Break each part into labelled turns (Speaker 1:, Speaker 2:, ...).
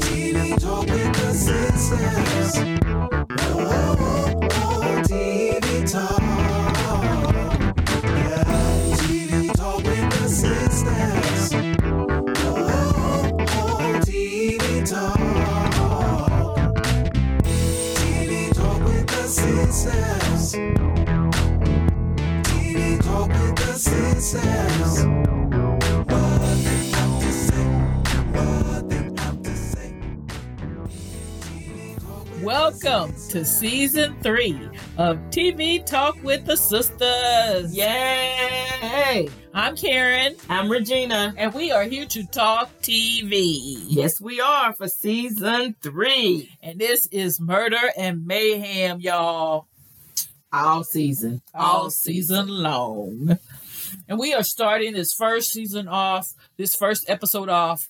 Speaker 1: change all the senses. Oh, oh, TV talk. Yeah, TV talk with the sisters. Oh, oh, TV talk. TV talk with the sisters. TV talk with the sisters. What they have to say. What they have to say. TV talk with the
Speaker 2: Welcome to season three of TV Talk with the Sisters.
Speaker 3: Yay!
Speaker 2: I'm Karen,
Speaker 3: I'm Regina.
Speaker 2: and we are here to talk TV.
Speaker 3: Yes, we are for season three,
Speaker 2: And this is Murder and Mayhem, y'all,
Speaker 3: all season,
Speaker 2: all season long. And we are starting this first season off, this first episode off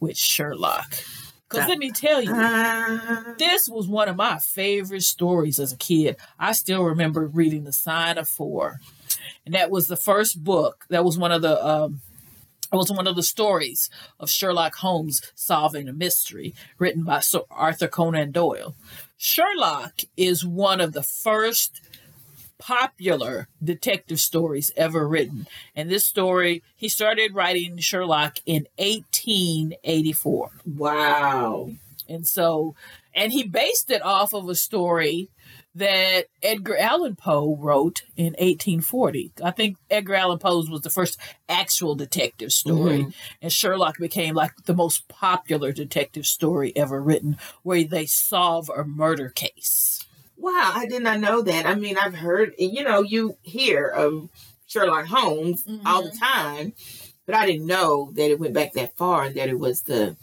Speaker 2: with Sherlock. Because let me tell you,
Speaker 3: Ah,
Speaker 2: this was one of my favorite stories as a kid. I still remember reading The Sign of Four, and that was the first book. That was one of the um, it was one of the stories of Sherlock Holmes solving a mystery, written by Sir Arthur Conan Doyle. Sherlock is one of the first popular detective stories ever written, and this story he started writing Sherlock in 1884.
Speaker 3: wow.
Speaker 2: And so, and he based it off of a story that Edgar Allan Poe wrote in 1840. I think Edgar Allan Poe's was the first actual detective story. And Sherlock became like the most popular detective story ever written, where they solve a murder case.
Speaker 3: Wow, I did not know that. I mean, I've heard, you know, you hear of Sherlock Holmes all
Speaker 2: Mm-hmm.
Speaker 3: the time, but I didn't know that it went back that far and that it was the,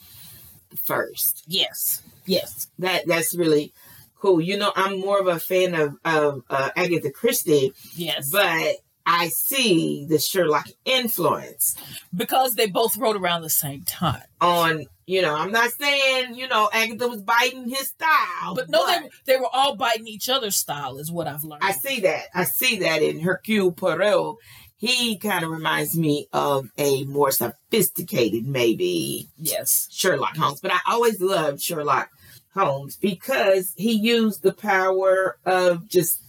Speaker 3: the first.
Speaker 2: Yes. Yes.
Speaker 3: That that's really cool. You know, I'm more of a fan of of uh, Agatha Christie,
Speaker 2: Yes. But
Speaker 3: but I see the Sherlock influence
Speaker 2: because they both wrote around the same time.
Speaker 3: on. You know, I'm not saying you know Agatha was biting his style,
Speaker 2: But no, they, they were all biting each other's style, is what I've learned.
Speaker 3: I see that. I see that in Hercule Poirot. He kind of reminds me of a more sophisticated, maybe
Speaker 2: Yes.
Speaker 3: Sherlock Holmes. But I always loved Sherlock Holmes because he used the power of just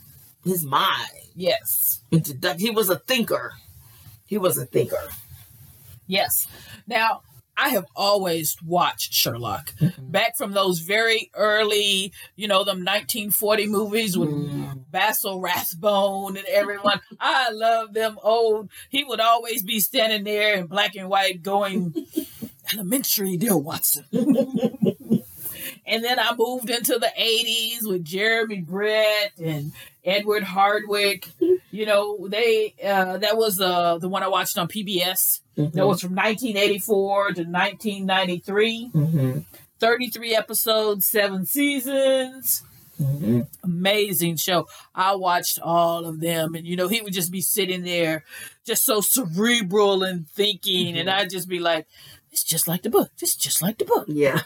Speaker 3: his mind.
Speaker 2: Yes.
Speaker 3: And to duck- He was a thinker. He was a thinker.
Speaker 2: Yes. Now, I have always watched Sherlock. Back from those very early, you know, them 1940 movies with Basil Rathbone and everyone. I love them old. He would always be standing there in black and white going, elementary, dear Watson. and then I moved into the 80s with Jeremy Brett and Edward Hardwick. You know, they, uh, that was uh, the one I watched on PBS.
Speaker 3: Mm-hmm.
Speaker 2: That was from 1984 to 1993.
Speaker 3: Mhm.
Speaker 2: 33 episodes, seven seasons.
Speaker 3: Mhm.
Speaker 2: Amazing show. I watched all of them, and you know, he would just be sitting there, just so cerebral and thinking, and I'd just be like, it's just like the book. It's just like the book.
Speaker 3: Yeah.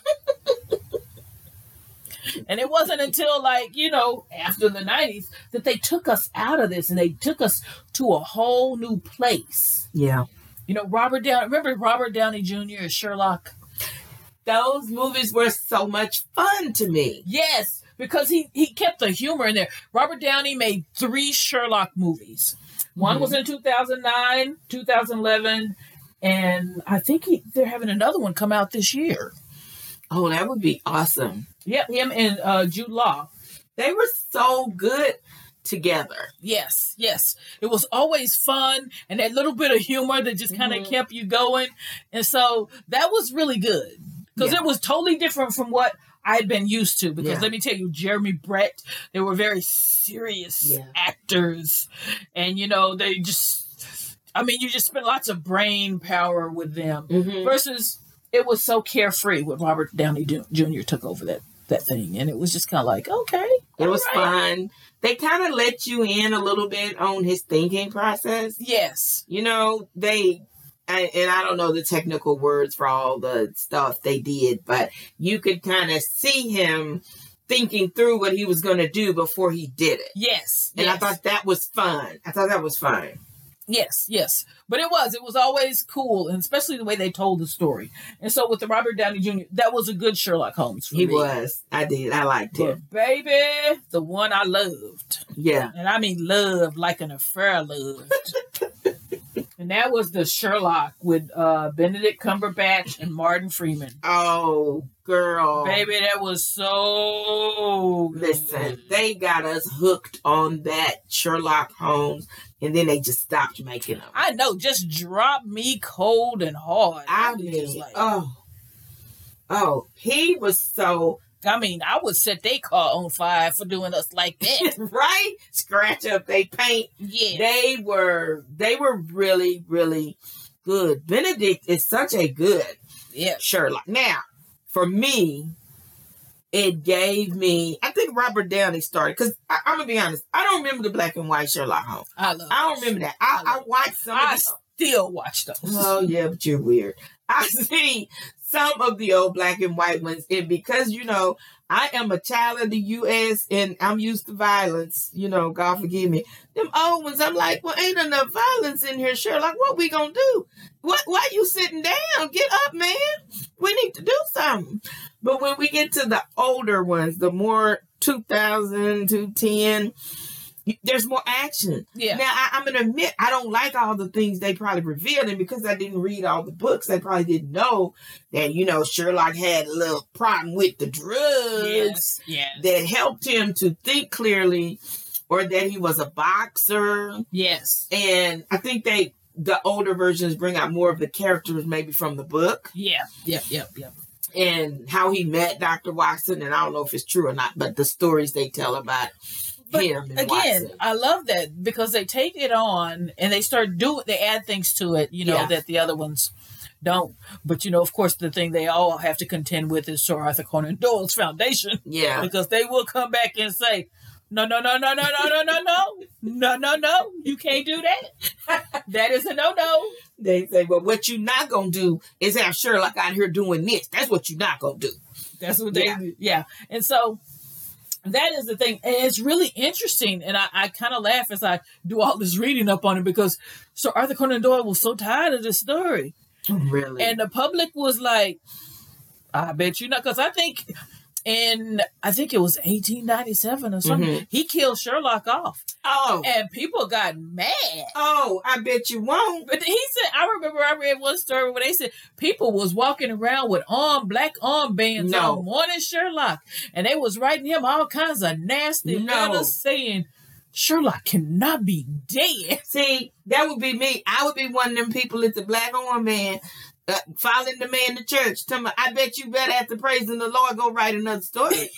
Speaker 2: And it wasn't until, like, you know, after the 90s that they took us out of this and they took us to a whole new place.
Speaker 3: Yeah.
Speaker 2: You know, Robert Downey, remember Robert Downey Jr. as Sherlock?
Speaker 3: Those movies were so much fun to me.
Speaker 2: Yes, because he he kept the humor in there. Robert Downey made three Sherlock movies. One was in 2009, 2011, and I think he, they're having another one come out this year.
Speaker 3: Oh, that would be awesome.
Speaker 2: Yep, him and uh, Jude Law.
Speaker 3: They were so good together.
Speaker 2: Yes, yes. It was always fun and that little bit of humor that just kind of
Speaker 3: Mm-hmm.
Speaker 2: kept you going. And so that was really good because
Speaker 3: Yeah.
Speaker 2: it was totally different from what I'd been used to. Because
Speaker 3: Yeah.
Speaker 2: let me tell you, Jeremy Brett, they were very serious
Speaker 3: Yeah.
Speaker 2: actors. And, you know, they just, I mean, you just spent lots of brain power with them
Speaker 3: Mm-hmm.
Speaker 2: versus it was so carefree when Robert Downey Jr. took over that, that thing. And it was just kind of like, okay.
Speaker 3: It was
Speaker 2: all right.
Speaker 3: fun. They kind of let you in a little bit on his thinking process.
Speaker 2: Yes.
Speaker 3: You know, they, and, and I don't know the technical words for all the stuff they did, but you could kind of see him thinking through what he was going to do before he did it.
Speaker 2: Yes.
Speaker 3: And
Speaker 2: yes.
Speaker 3: I thought that was fun. I thought that was fun.
Speaker 2: Yes, yes. But it was. It was always cool, and especially the way they told the story. And so with the Robert Downey Jr., that was a good Sherlock Holmes for
Speaker 3: He
Speaker 2: me.
Speaker 3: was. I did. I liked
Speaker 2: But
Speaker 3: him.
Speaker 2: baby, the one I loved.
Speaker 3: Yeah.
Speaker 2: And I mean loved like an affair loved. and that was the Sherlock with uh Benedict Cumberbatch and Martin Freeman.
Speaker 3: Oh, girl.
Speaker 2: Baby, that was so good.
Speaker 3: Listen, they got us hooked on that Sherlock Holmes, and then they just stopped making them.
Speaker 2: I know, just drop me cold and hard.
Speaker 3: I
Speaker 2: was
Speaker 3: mean,
Speaker 2: just like,
Speaker 3: oh, oh, he was so
Speaker 2: I mean, I would set their car on fire for doing us like that.
Speaker 3: right. Scratch up, they paint.
Speaker 2: yeah.
Speaker 3: They were, they were really, really good. Benedict is such a good
Speaker 2: Yeah.
Speaker 3: Sherlock. Now, for me, it gave me. I think Robert Downey started because I'm gonna be honest. I don't remember the black and white Sherlock Holmes.
Speaker 2: I love
Speaker 3: I don't remember that. I, I watched some.
Speaker 2: I
Speaker 3: Of
Speaker 2: still watch those.
Speaker 3: the, oh yeah, but you're weird. I see some of the old black and white ones, and because you know I am a child of the U.S. and I'm used to violence. You know, God forgive me. Them old ones, I'm like, well, ain't enough violence in here, Sherlock. What we gonna do? What? Why you sitting down? Get up, man. We need to do something. But when we get to the older ones, the more 2000 to 10, there's more action.
Speaker 2: Yeah.
Speaker 3: Now, I, I'm going to admit, I don't like all the things they probably revealed. And because I didn't read all the books, I probably didn't know that, you know, Sherlock had a little problem with the drugs
Speaker 2: yes. Yes.
Speaker 3: that helped him to think clearly or that he was a boxer.
Speaker 2: yes.
Speaker 3: And I think they, the older versions bring out more of the characters maybe from the book
Speaker 2: Yeah. Yep. Yep. Yep.
Speaker 3: and how he met Dr. Watson, and I don't know if it's true or not, but the stories they tell about
Speaker 2: But
Speaker 3: him and
Speaker 2: Again,
Speaker 3: Watson.
Speaker 2: I love that because they take it on and they start doing, they add things to it, you know,
Speaker 3: Yeah.
Speaker 2: that the other ones don't. But, you know, of course, the thing they all have to contend with is Sir Arthur Conan Doyle's foundation.
Speaker 3: Yeah,
Speaker 2: because they will come back and say, no, no, no, no, no, no, no, no, no, no, no, no, you can't do that. That is a no, no.
Speaker 3: they say, "Well, what you not gonna do is have Sherlock out here doing this. That's what you not gonna do."
Speaker 2: That's what they, yeah.
Speaker 3: Yeah.
Speaker 2: And so that is the thing. And it's really interesting. And I, I kind of laugh as I do all this reading up on it because Sir Arthur Conan Doyle was so tired of this story.
Speaker 3: Really?
Speaker 2: and the public was like, "I bet you not," because I think in I think it was 1897 or something,
Speaker 3: Mm-hmm.
Speaker 2: he killed Sherlock off,
Speaker 3: oh,
Speaker 2: and people got mad.
Speaker 3: oh, I bet you won't.
Speaker 2: But he said, I remember I read one story where they said people was walking around with arm black armbands
Speaker 3: No.
Speaker 2: on morning Sherlock, and they was writing him all kinds of nasty
Speaker 3: No.
Speaker 2: letters saying Sherlock cannot be dead.
Speaker 3: See, that would be me. I would be one of them people at the black arm man. Uh, following the man to church, tell me, I bet you better after praising the Lord go write another story.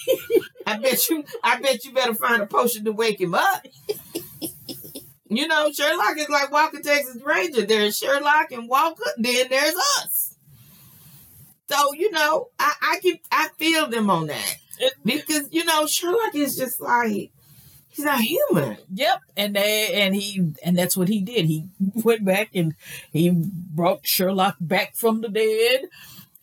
Speaker 3: I bet you, I bet you better find a potion to wake him up. you know, Sherlock is like Walker Texas Ranger. There's Sherlock and Walker, then there's us. So you know, I I can I feel them on that
Speaker 2: It-
Speaker 3: because you know Sherlock is just like he's not human.
Speaker 2: Yep, and they and he and that's what he did. He went back and he brought Sherlock back from the dead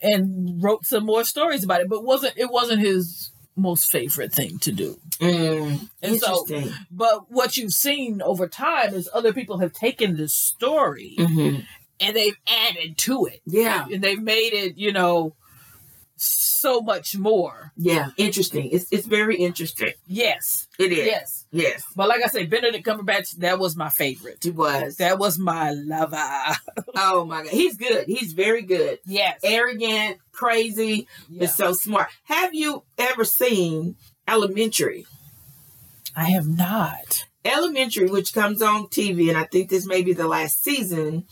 Speaker 2: and wrote some more stories about it. But wasn't it wasn't his most favorite thing to do. Mm. And so-
Speaker 3: Interesting.
Speaker 2: But what you've seen over time is other people have taken this story
Speaker 3: mm-hmm.
Speaker 2: and they've added to it.
Speaker 3: Yeah,
Speaker 2: And they've made it, you know, so much more.
Speaker 3: yeah, interesting. It's it's very interesting.
Speaker 2: Yes.
Speaker 3: It is.
Speaker 2: Yes.
Speaker 3: Yes,
Speaker 2: But like I say, Benedict Cumberbatch, that was my favorite.
Speaker 3: it was.
Speaker 2: That was my lover.
Speaker 3: oh my god, he's good. He's very good.
Speaker 2: Yes.
Speaker 3: Arrogant, crazy,
Speaker 2: Yeah.
Speaker 3: but so smart. Have you ever seen Elementary?
Speaker 2: I have not.
Speaker 3: Elementary, which comes on TV, and I think this may be the last season,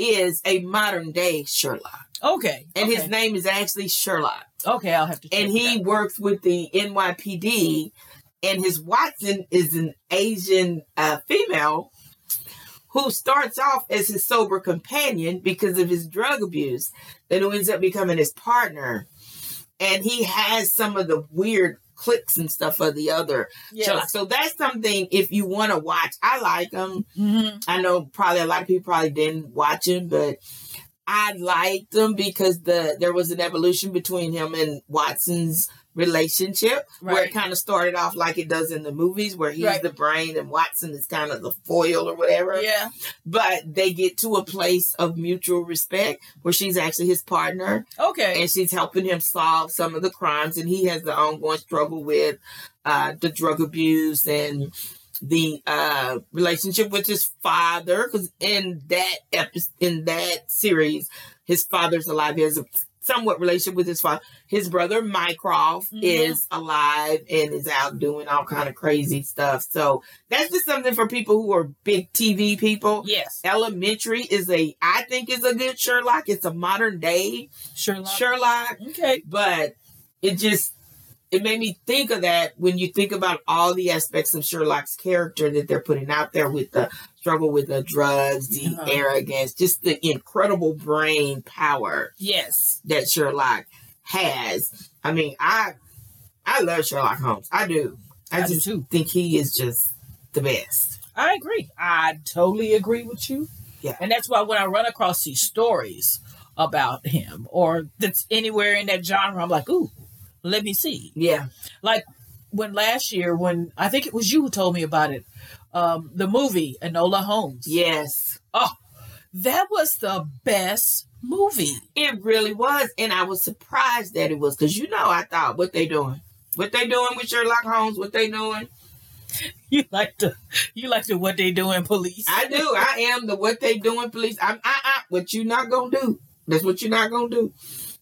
Speaker 3: is a modern day Sherlock,
Speaker 2: Okay.
Speaker 3: and
Speaker 2: okay.
Speaker 3: his name is actually Sherlock,
Speaker 2: Okay, I'll have to check
Speaker 3: and he
Speaker 2: it
Speaker 3: works with the NYPD, and his Watson is an Asian uh, female who starts off as his sober companion because of his drug abuse, then who ends up becoming his partner. And he has some of the weird clicks and stuff of the other.
Speaker 2: out.
Speaker 3: Sherlock. So that's something if you want to watch. I like him.
Speaker 2: Mhm.
Speaker 3: I know probably a lot of people probably didn't watch him, but I liked him because the there was an evolution between him and Watson's relationship where it
Speaker 2: Right.
Speaker 3: kind of started off like it does in the movies where he's
Speaker 2: Right.
Speaker 3: the brain and Watson is kind of the foil or whatever.
Speaker 2: Yeah.
Speaker 3: But they get to a place of mutual respect where she's actually his partner
Speaker 2: Okay.
Speaker 3: and she's helping him solve some of the crimes and he has the ongoing struggle with uh, the drug abuse and the uh, relationship with his father because in that epi- in that series his father's alive he has a somewhat relationship with his father his brother mycroft
Speaker 2: Mhm.
Speaker 3: is alive and is out doing all kind of crazy stuff so that's just something for people who are big tv people
Speaker 2: yes.
Speaker 3: elementary is a i think is a good sherlock it's a modern day
Speaker 2: Sherlock.
Speaker 3: Sherlock,
Speaker 2: Okay.
Speaker 3: but it just it made me think of that when you think about all the aspects of Sherlock's character that they're putting out there with the struggle with the drugs, the
Speaker 2: Uh-huh.
Speaker 3: arrogance, just the incredible brain power
Speaker 2: Yes.
Speaker 3: that Sherlock has. I mean, I I love Sherlock Holmes. I do. I,
Speaker 2: I do
Speaker 3: just
Speaker 2: too.
Speaker 3: think he is just the best.
Speaker 2: I agree. I totally agree with you.
Speaker 3: Yeah.
Speaker 2: And that's why when I run across these stories about him or that's anywhere in that genre, I'm like, ooh, let me see.
Speaker 3: Yeah.
Speaker 2: When last year, when I think it was you who told me about it, um, the movie Enola Holmes.
Speaker 3: Yes.
Speaker 2: That was the best movie.
Speaker 3: It really was, and I was surprised that it was because you know I thought what they doing, what they doing with Sherlock Holmes, what they doing.
Speaker 2: You like the you like the what they doing police.
Speaker 3: I do, I am the what they doing police. I'm I, I what you not gonna do. That's what you're not gonna do.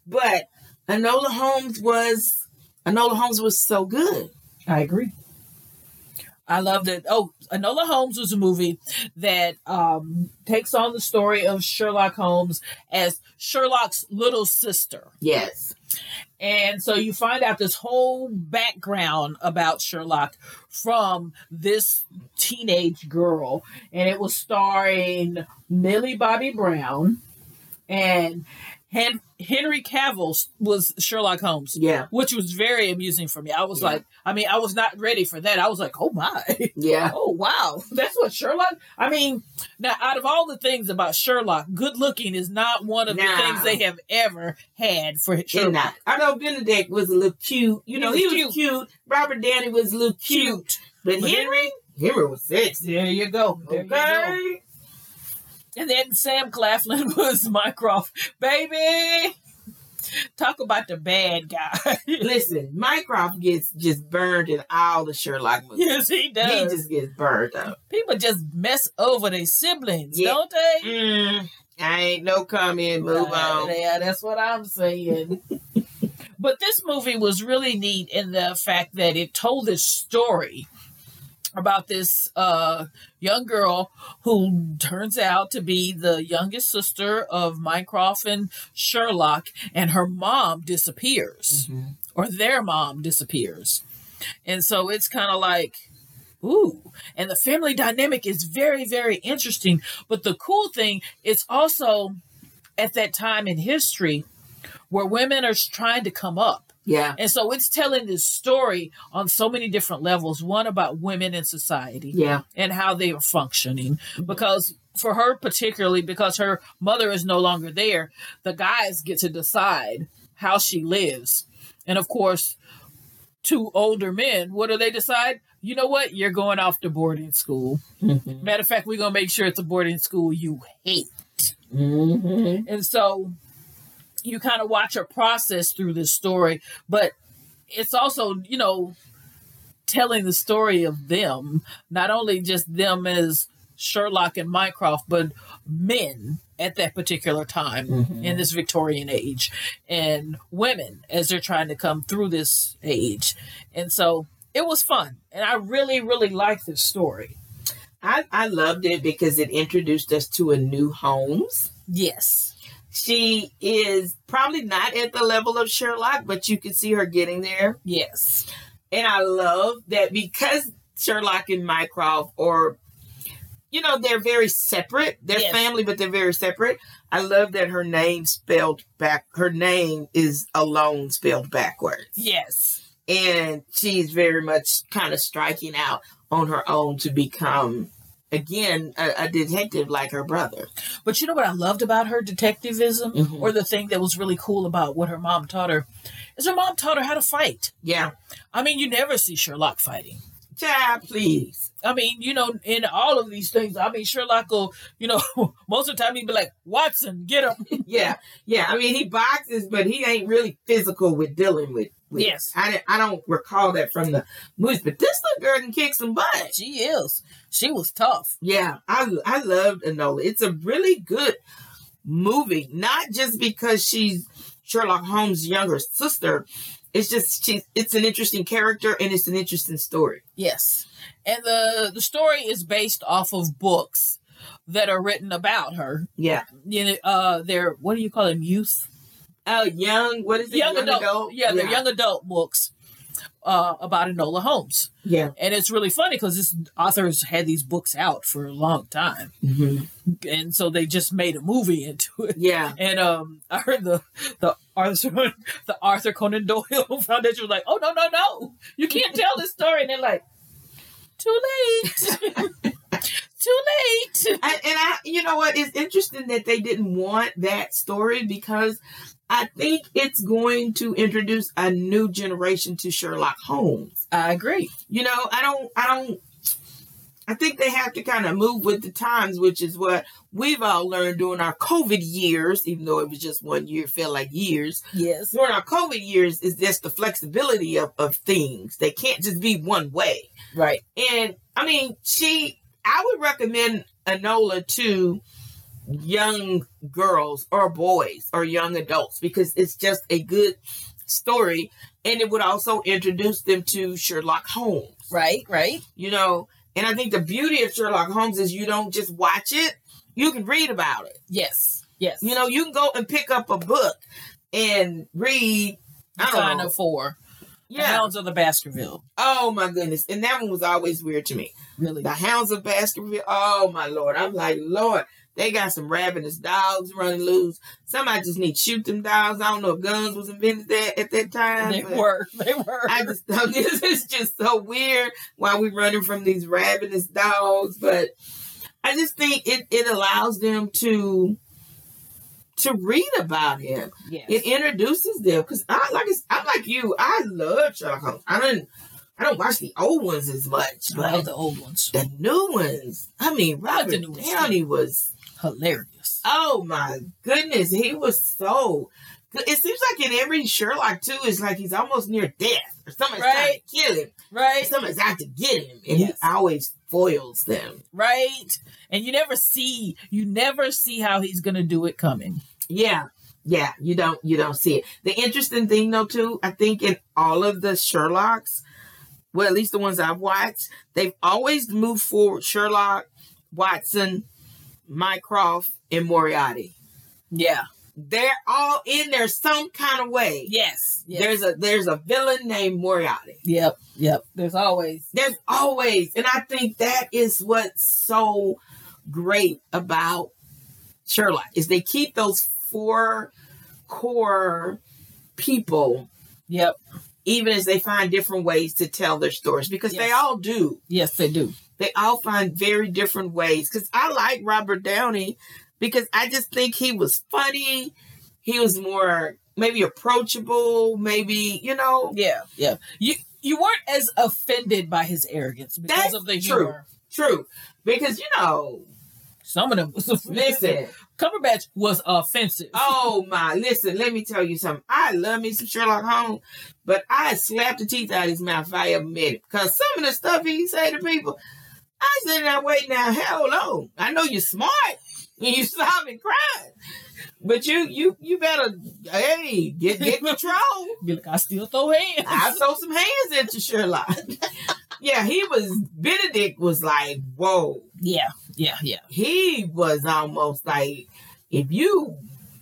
Speaker 3: But Anola Holmes was Anola Holmes was so good.
Speaker 2: I agree. I love that. Oh, Enola Holmes was a movie that um, takes on the story of Sherlock Holmes as Sherlock's little sister.
Speaker 3: Yes,
Speaker 2: And so you find out this whole background about Sherlock from this teenage girl. And it was starring Millie Bobby Brown and Hen- Henry Cavill was Sherlock Holmes
Speaker 3: yeah,
Speaker 2: which was very amusing for me. I was
Speaker 3: Yeah.
Speaker 2: like, I mean, I was not ready for that. I was like, oh my,
Speaker 3: yeah,
Speaker 2: oh wow, that's what Sherlock. I mean, now out of all the things about Sherlock, good looking is not one of
Speaker 3: Nah.
Speaker 2: the things they have ever had for
Speaker 3: sure.
Speaker 2: Sherlock.
Speaker 3: not. I know Benedict was a little cute. You know he was cute. Robert Downey was a little cute,
Speaker 2: Cute.
Speaker 3: but
Speaker 2: But
Speaker 3: Henry, Henry was sexy.
Speaker 2: There you go. There you go.
Speaker 3: Okay.
Speaker 2: And then Sam Claflin was Mycroft, baby. Talk about the bad guy.
Speaker 3: Listen, Mycroft gets just burned in all the Sherlock movies.
Speaker 2: yes, he
Speaker 3: He
Speaker 2: does.
Speaker 3: just gets burned up.
Speaker 2: People just mess over their siblings,
Speaker 3: Yeah.
Speaker 2: don't they?
Speaker 3: Mm, I ain't no comment. Move
Speaker 2: Uh,
Speaker 3: on.
Speaker 2: Yeah, that's what I'm saying. but this movie was really neat in the fact that it told this story about this uh, young girl who turns out to be the youngest sister of Mycroft and Sherlock, and her mom disappears,
Speaker 3: Mhm.
Speaker 2: or their mom disappears. And so it's kind of like, ooh. And the family dynamic is very, very interesting. But the cool thing, it's also at that time in history where women are trying to come up.
Speaker 3: Yeah,
Speaker 2: And so it's telling this story on so many different levels. One about women in society
Speaker 3: yeah,
Speaker 2: and how they are functioning. Because for her particularly, because her mother is no longer there, the guys get to decide how she lives. And of course, two older men, what do they decide? You know what? You're going off to boarding school.
Speaker 3: mm-hmm.
Speaker 2: Matter of fact, we're gonna make sure it's a boarding school you hate.
Speaker 3: Mm-hmm.
Speaker 2: And so you kind of watch her process through this story, but it's also, you know, telling the story of them, not only just them as Sherlock and Mycroft, but men at that particular time
Speaker 3: Mhm.
Speaker 2: in this Victorian age and women as they're trying to come through this age. And so it was fun. And I really, really liked this story.
Speaker 3: I I loved it because it introduced us to a new Holmes.
Speaker 2: Yes.
Speaker 3: She is probably not at the level of Sherlock, but you can see her getting there.
Speaker 2: Yes.
Speaker 3: And I love that because Sherlock and Mycroft are, you know, they're very separate. They're
Speaker 2: Yes.
Speaker 3: family, but they're very separate. I love that her name spelled back. Her name is alone spelled backwards.
Speaker 2: Yes.
Speaker 3: and she's very much kind of striking out on her own to become again a, a detective like her brother.
Speaker 2: But you know what I loved about her detectivism,
Speaker 3: Mhm.
Speaker 2: or the thing that was really cool about what her mom taught her, is her mom taught her how to fight.
Speaker 3: Yeah,
Speaker 2: I mean, you never see Sherlock fighting.
Speaker 3: child, please.
Speaker 2: I mean, you know, in all of these things, I mean, Sherlock will, you know, most of the time he'd be like, Watson, get him.
Speaker 3: Yeah, yeah. I mean, he boxes, but he ain't really physical with dealing with. with
Speaker 2: Yes.
Speaker 3: I, di- I don't recall that from the movies, but this little girl can kick some butt.
Speaker 2: She is. She was tough.
Speaker 3: Yeah, I I loved Enola. It's a really good movie, not just because she's Sherlock Holmes' younger sister. It's just she. It's an interesting character and it's an interesting story.
Speaker 2: Yes. And the, the story is based off of books that are written about her.
Speaker 3: Yeah.
Speaker 2: You know, uh, they're, what do you call them? Youth?
Speaker 3: Oh, young. What is it?
Speaker 2: Uh, Young, adult. Yeah, they're young adult books uh, about Enola Holmes.
Speaker 3: Yeah.
Speaker 2: And it's really funny because this author's had these books out for a long time.
Speaker 3: Mhm.
Speaker 2: And so they just made a movie into it.
Speaker 3: Yeah.
Speaker 2: And um, I heard the the Arthur the Arthur Conan Doyle Foundation was like, "Oh no, no, no! You can't tell this story." And they're like, "Too late, too late."
Speaker 3: And, and I, you know what? It's interesting that they didn't want that story because I think it's going to introduce a new generation to Sherlock Holmes.
Speaker 2: I agree.
Speaker 3: you know i don't i don't i think they have to kind of move with the times which is what we've all learned during our covid years even though it was just one year it felt like years
Speaker 2: Yes,
Speaker 3: during our covid years is just the flexibility of, of things they can't just be one way
Speaker 2: right.
Speaker 3: and i mean she i would recommend anola to young girls or boys or young adults because it's just a good story and it would also introduce them to sherlock holmes
Speaker 2: Right, right.
Speaker 3: you know and i think the beauty of sherlock holmes is you don't just watch it you can read about it
Speaker 2: Yes, yes.
Speaker 3: you know you can go and pick up a book and read i don't
Speaker 2: Sign
Speaker 3: know
Speaker 2: of four. The
Speaker 3: yeah
Speaker 2: Hounds of the Baskerville.
Speaker 3: oh my goodness and that one was always weird to me
Speaker 2: Really.
Speaker 3: the hounds of baskerville oh my lord i'm like lord they got some ravenous dogs running loose somebody just need to shoot them dogs i don't know if guns was invented that at that time
Speaker 2: They
Speaker 3: but-
Speaker 2: were. They were.
Speaker 3: I just thought this is just so weird why we running from these ravenous dogs, but I just think it, it allows them to to read about him.
Speaker 2: yes.
Speaker 3: It introduces them because I like it's- I'm like you. I love Sherlock Holmes. I don't I don't watch the old ones as much,
Speaker 2: I love
Speaker 3: but
Speaker 2: the old ones.
Speaker 3: the new ones. I mean,
Speaker 2: like the
Speaker 3: Robert
Speaker 2: new ones, too.
Speaker 3: Downey was
Speaker 2: Hilarious.
Speaker 3: Oh my goodness, he was so. good. It seems like in every Sherlock too, it's like he's almost near death, or somebody's trying
Speaker 2: Right.
Speaker 3: to kill him, or
Speaker 2: Right,
Speaker 3: somebody's out to get him, and
Speaker 2: Yes.
Speaker 3: he always foils them.
Speaker 2: right. And you never see, you never see how he's gonna do it coming.
Speaker 3: Yeah, yeah, you don't you don't see it. The interesting thing though too, I think in all of the Sherlocks, well at least the ones I've watched, they've always moved forward. Sherlock, Watson, Mycroft, and Moriarty.
Speaker 2: Yeah.
Speaker 3: They're all in there some kind of way.
Speaker 2: Yes. yes.
Speaker 3: There's a there's a villain named Moriarty.
Speaker 2: Yep. Yep. There's always.
Speaker 3: There's always, and I think that is what's so great about Sherlock is they keep those four core people,
Speaker 2: Yep.
Speaker 3: even as they find different ways to tell their stories because they
Speaker 2: Yes.
Speaker 3: all do.
Speaker 2: Yes, they do.
Speaker 3: They all find very different ways. Because I like Robert Downey because I just think he was funny. He was more maybe approachable, maybe you know.
Speaker 2: Yeah. Yeah. You you weren't as offended by his arrogance because
Speaker 3: That's
Speaker 2: of the
Speaker 3: true.
Speaker 2: humor.
Speaker 3: True, because you know,
Speaker 2: Some of them was offensive.
Speaker 3: listen.
Speaker 2: Cumberbatch was offensive.
Speaker 3: Oh my, listen. Let me tell you something. I love me some Sherlock Holmes, but I slapped the teeth out of his mouth if I ever met him. Cause some of the stuff he say to people, I said, "Now wait, now hold on. I know you're smart and you solving crime, but you, you, you better, hey, get get control."
Speaker 2: Be like, I still throw hands.
Speaker 3: I throw some hands into Sherlock. yeah, he was. Benedict was like, "Whoa."
Speaker 2: yeah. Yeah. Yeah.
Speaker 3: he was almost like, if you,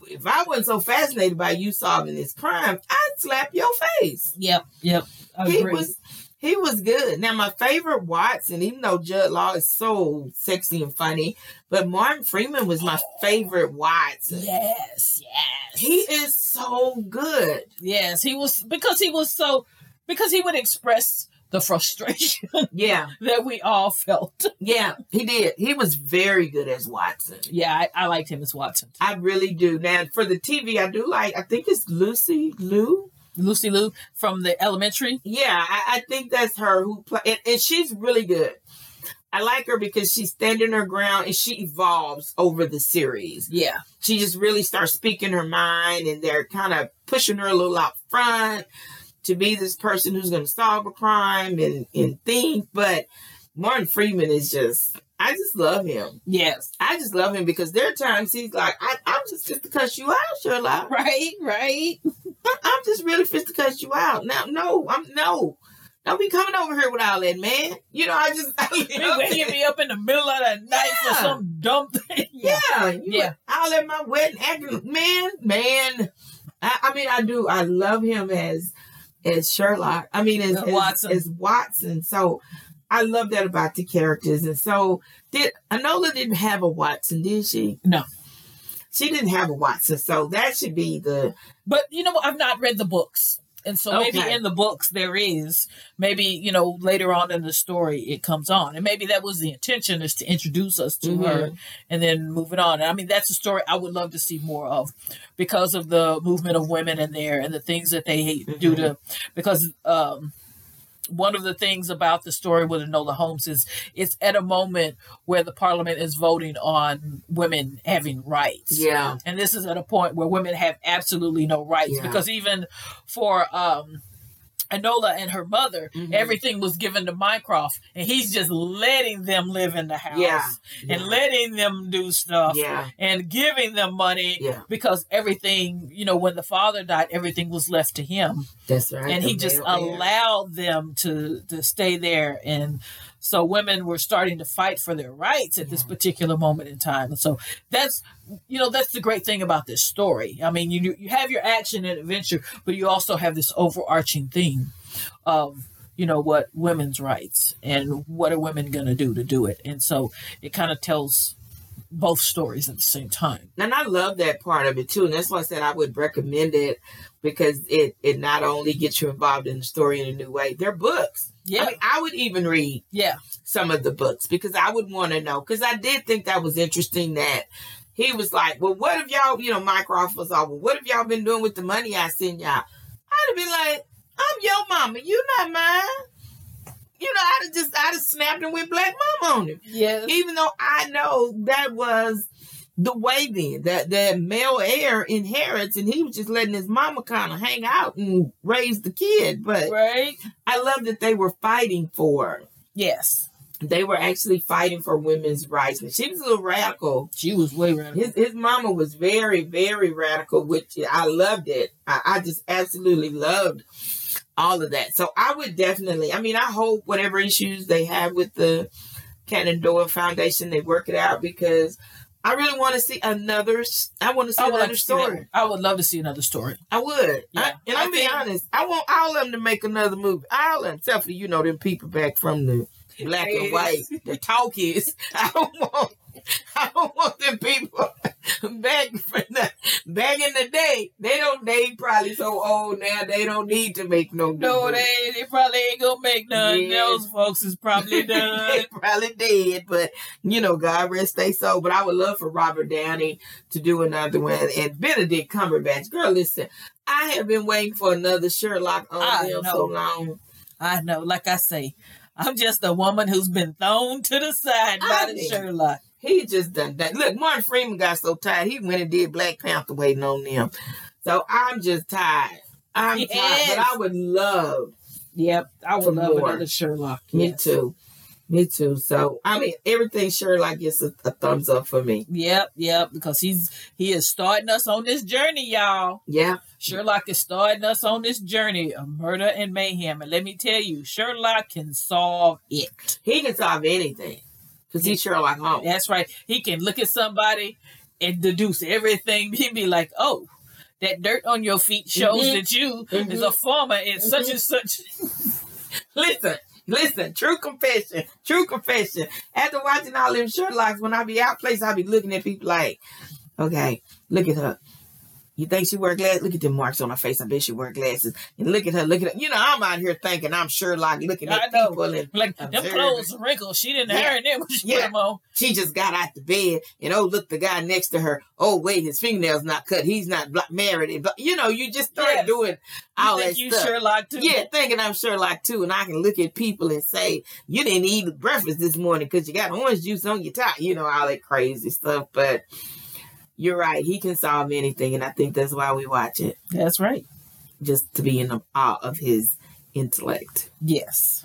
Speaker 3: if I wasn't so fascinated by you solving this crime, I'd slap your face.
Speaker 2: Yep. Yep.
Speaker 3: He
Speaker 2: Agreed.
Speaker 3: was, he was good. Now my favorite Watson, even though Judd Law is so sexy and funny, but Martin Freeman was my favorite Watson.
Speaker 2: Yes. Yes.
Speaker 3: He is so good.
Speaker 2: Yes, he was because he was so because he would express the frustration
Speaker 3: Yeah,
Speaker 2: that we all felt.
Speaker 3: yeah, he did. He was very good as Watson.
Speaker 2: Yeah, I, I liked him as Watson.
Speaker 3: I really do. Now for the TV, I do like. I think it's Lucy Lou.
Speaker 2: Lucy Lou from the elementary.
Speaker 3: Yeah, I, I think that's her who play, and, and she's really good. I like her because she's standing her ground and she evolves over the series.
Speaker 2: Yeah.
Speaker 3: She just really starts speaking her mind, and they're kind of pushing her a little out front to be this person who's going to solve a crime and and think. But Martin Freeman is just. I just love him.
Speaker 2: Yes.
Speaker 3: I just love him because there are times he's like, I, I'm just just to cuss you out, Sherlock.
Speaker 2: Right, right.
Speaker 3: I- I'm just really fit to cuss you out. Now, no, I'm no. Don't be coming over here with all that, man. You know, I just
Speaker 2: They waking me up in the middle of the night for
Speaker 3: Yeah.
Speaker 2: some dumb thing.
Speaker 3: yeah, you
Speaker 2: Yeah.
Speaker 3: all at my wedding acting, man, man. I, I mean, I do. I love him as as Sherlock. I mean, as
Speaker 2: Uh,
Speaker 3: as-
Speaker 2: Watson.
Speaker 3: As, Watson. So I love that about the characters. And so did Anola didn't have a Watson, did she?
Speaker 2: No.
Speaker 3: She didn't have a Watson, so that should be the
Speaker 2: But you know, what? I've not read the books. And so maybe
Speaker 3: Okay.
Speaker 2: in the books there is, maybe, you know, later on in the story it comes on. And maybe that was the intention is to introduce us to her and then move it on. And I mean, that's a story I would love to see more of because of the movement of women in there and the things that they hate do to, because, um, one of the things about the story with Enola Holmes is it's at a moment where the parliament is voting on women having rights
Speaker 3: yeah
Speaker 2: and this is at a point where women have absolutely no rights
Speaker 3: Yeah.
Speaker 2: because even for um Enola and her mother,
Speaker 3: Mhm.
Speaker 2: everything was given to Mycroft, and he's just letting them live in the house
Speaker 3: Yeah.
Speaker 2: and letting them do stuff
Speaker 3: yeah
Speaker 2: and giving them money
Speaker 3: yeah
Speaker 2: because everything, you know, when the father died, everything was left to him,
Speaker 3: that's right
Speaker 2: and he
Speaker 3: The
Speaker 2: just
Speaker 3: male heir.
Speaker 2: allowed them to to stay there. And so women were starting to fight for their rights at this
Speaker 3: Yeah.
Speaker 2: particular moment in time. And so that's you know that's the great thing about this story. I mean, you you have your action and adventure, but you also have this overarching theme of you know what women's rights and what are women going to do to do it. And so it kind of tells both stories at the same time.
Speaker 3: And I love that part of it too. And that's why I said I would recommend it because it it not only gets you involved in the story in a new way, they're books.
Speaker 2: Yeah,
Speaker 3: I mean, I would even read
Speaker 2: yeah,
Speaker 3: some of the books because I would want to know. Because I did think that was interesting that he was like, Well, what if y'all, you know, Mycroft was all, Well, what have y'all been doing with the money I send y'all? I'd have been like, I'm your mama, you not mine. You know, I'd have just I'd have snapped and went black mom on him
Speaker 2: yeah.
Speaker 3: even though I know that was the way then that the male heir inherits, and he was just letting his mama kind of hang out and raise the kid. But
Speaker 2: Right?
Speaker 3: I love that they were fighting for.
Speaker 2: Yes.
Speaker 3: They were actually fighting for women's rights, and she was a little radical.
Speaker 2: She was way radical.
Speaker 3: His his mama was very very radical, which I loved it. I, I just absolutely loved all of that. So I would definitely. I mean, I hope whatever issues they have with the Cannon Doyle Foundation, they work it out because I really want to see another. s- I want to see
Speaker 2: I would
Speaker 3: another
Speaker 2: Oh, like to see that.
Speaker 3: story.
Speaker 2: I would love to see another story.
Speaker 3: I would.
Speaker 2: Yeah.
Speaker 3: I, and I'm
Speaker 2: I
Speaker 3: being
Speaker 2: think-
Speaker 3: honest. I want all of them to make another movie. All of them, except for you know them people back from the black and white, the talkies. I don't want. I don't want them people back from the, back in the day. They don't. They probably so old now. They don't need to make no. new
Speaker 2: No,
Speaker 3: movie.
Speaker 2: they, they probably ain't gonna make none.
Speaker 3: Yeah.
Speaker 2: Those folks is probably done.
Speaker 3: they probably did, but you know, God rest they soul. But I would love for Robert Downey to do another one and Benedict Cumberbatch. Girl, listen, I have been waiting for another Sherlock on
Speaker 2: I
Speaker 3: him
Speaker 2: know.
Speaker 3: so long.
Speaker 2: I know, like I say, I'm just a woman who's been thrown to the side
Speaker 3: I
Speaker 2: by the
Speaker 3: mean-
Speaker 2: Sherlock.
Speaker 3: He just done that. Look, Martin Freeman got so tired, he went and did Black Panther waiting on them. So I'm just tired. I'm tired,
Speaker 2: Yes.
Speaker 3: but I would love
Speaker 2: Yep, I
Speaker 3: For
Speaker 2: would love
Speaker 3: more.
Speaker 2: another Sherlock.
Speaker 3: Me
Speaker 2: Yes.
Speaker 3: too. Me too. So I mean, everything Sherlock gets a, a thumbs up for me.
Speaker 2: Yep, yep, because he's he is starting us on this journey, y'all.
Speaker 3: Yeah,
Speaker 2: Sherlock is starting us on this journey of murder and mayhem. And let me tell you, Sherlock can solve it.
Speaker 3: he can solve anything because he's Sherlock Holmes.
Speaker 2: Oh. That's right. He can look at somebody and deduce everything. He'd be like, oh, that dirt on your feet shows
Speaker 3: Mhm.
Speaker 2: that you
Speaker 3: Mhm.
Speaker 2: is a farmer and such
Speaker 3: Mm-hmm.
Speaker 2: and such.
Speaker 3: Listen, listen, true confession, true confession. After watching all them Sherlocks, when I be out place, I be looking at people like, okay, look at her. You think she wear glasses? Look at the marks on her face. I bet she wear glasses. And look at her. Look at her. You know, I'm out here thinking I'm Sherlock looking
Speaker 2: I
Speaker 3: at
Speaker 2: know.
Speaker 3: people, and
Speaker 2: Like them
Speaker 3: Observe.
Speaker 2: clothes wrinkled. She didn't
Speaker 3: Yeah.
Speaker 2: iron them when she put
Speaker 3: Yeah.
Speaker 2: them on.
Speaker 3: she just got out the bed. And oh, look, the guy next to her. Oh, wait, his fingernails not cut. He's not blo- married. And blo- you know, you just start
Speaker 2: Yes. You
Speaker 3: doing all
Speaker 2: think
Speaker 3: that
Speaker 2: you
Speaker 3: stuff.
Speaker 2: Sherlock too?
Speaker 3: Yeah, thinking I'm Sherlock too, and I can look at people and say, "You didn't eat breakfast this morning because you got orange juice on your tie," you know, all that crazy stuff. But you're right; he can solve anything, and I think that's why we watch it,
Speaker 2: that's right.
Speaker 3: just to be in awe of his intellect.
Speaker 2: Yes,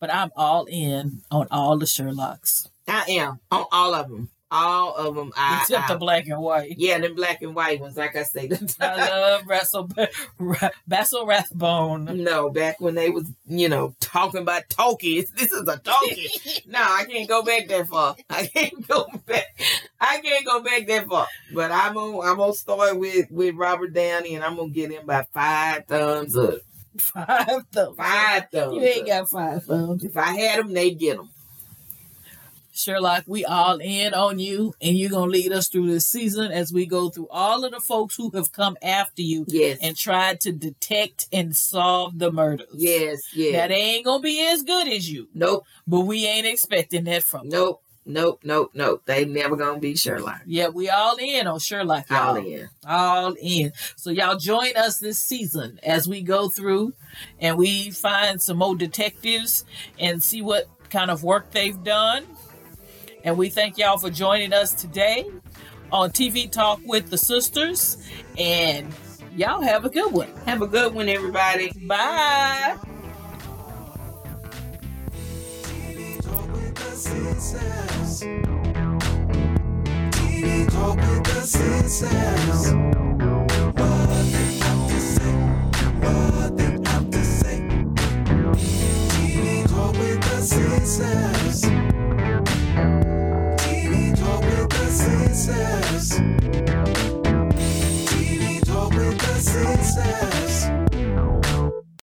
Speaker 2: but I'm all in on all the Sherlocks
Speaker 3: I am on all of them, all of them. I,
Speaker 2: except
Speaker 3: I-
Speaker 2: the black and white.
Speaker 3: yeah, them black and white ones, like I say.
Speaker 2: I love Russell Ra- Basil Rathbone.
Speaker 3: No, back when they was, you know, talking about talkies. This is a talkie. no, I can't go back that far. I can't go back. I can't go back that far. But I'm gonna I'm gonna start with with Robert Downey, and I'm gonna get him by five thumbs up.
Speaker 2: Five thumbs.
Speaker 3: Five thumbs.
Speaker 2: You ain't
Speaker 3: up.
Speaker 2: got five thumbs.
Speaker 3: If I had them, they'd get them.
Speaker 2: Sherlock, we all in on you, and you're gonna lead us through this season as we go through all of the folks who have come after you
Speaker 3: Yes.
Speaker 2: and tried to detect and solve the murders.
Speaker 3: yes. Yes.
Speaker 2: Now they ain't gonna be as good as you,
Speaker 3: nope.
Speaker 2: but we ain't expecting that from them.
Speaker 3: Nope. Nope. Nope. Nope. They never gonna be Sherlock.
Speaker 2: Yeah, we all in on Sherlock. Y'all.
Speaker 3: All in.
Speaker 2: all in. So y'all join us this season as we go through and we find some more detectives and see what kind of work they've done. And we thank y'all for joining us today on TV Talk with the Sisters. And y'all have a good one.
Speaker 3: Have a good one, everybody.
Speaker 2: Bye.
Speaker 1: TV talk with the sisters. TV talk with the sisters. What they have to say. What they have to say. TV talk with the sisters. TV talk with the sisters.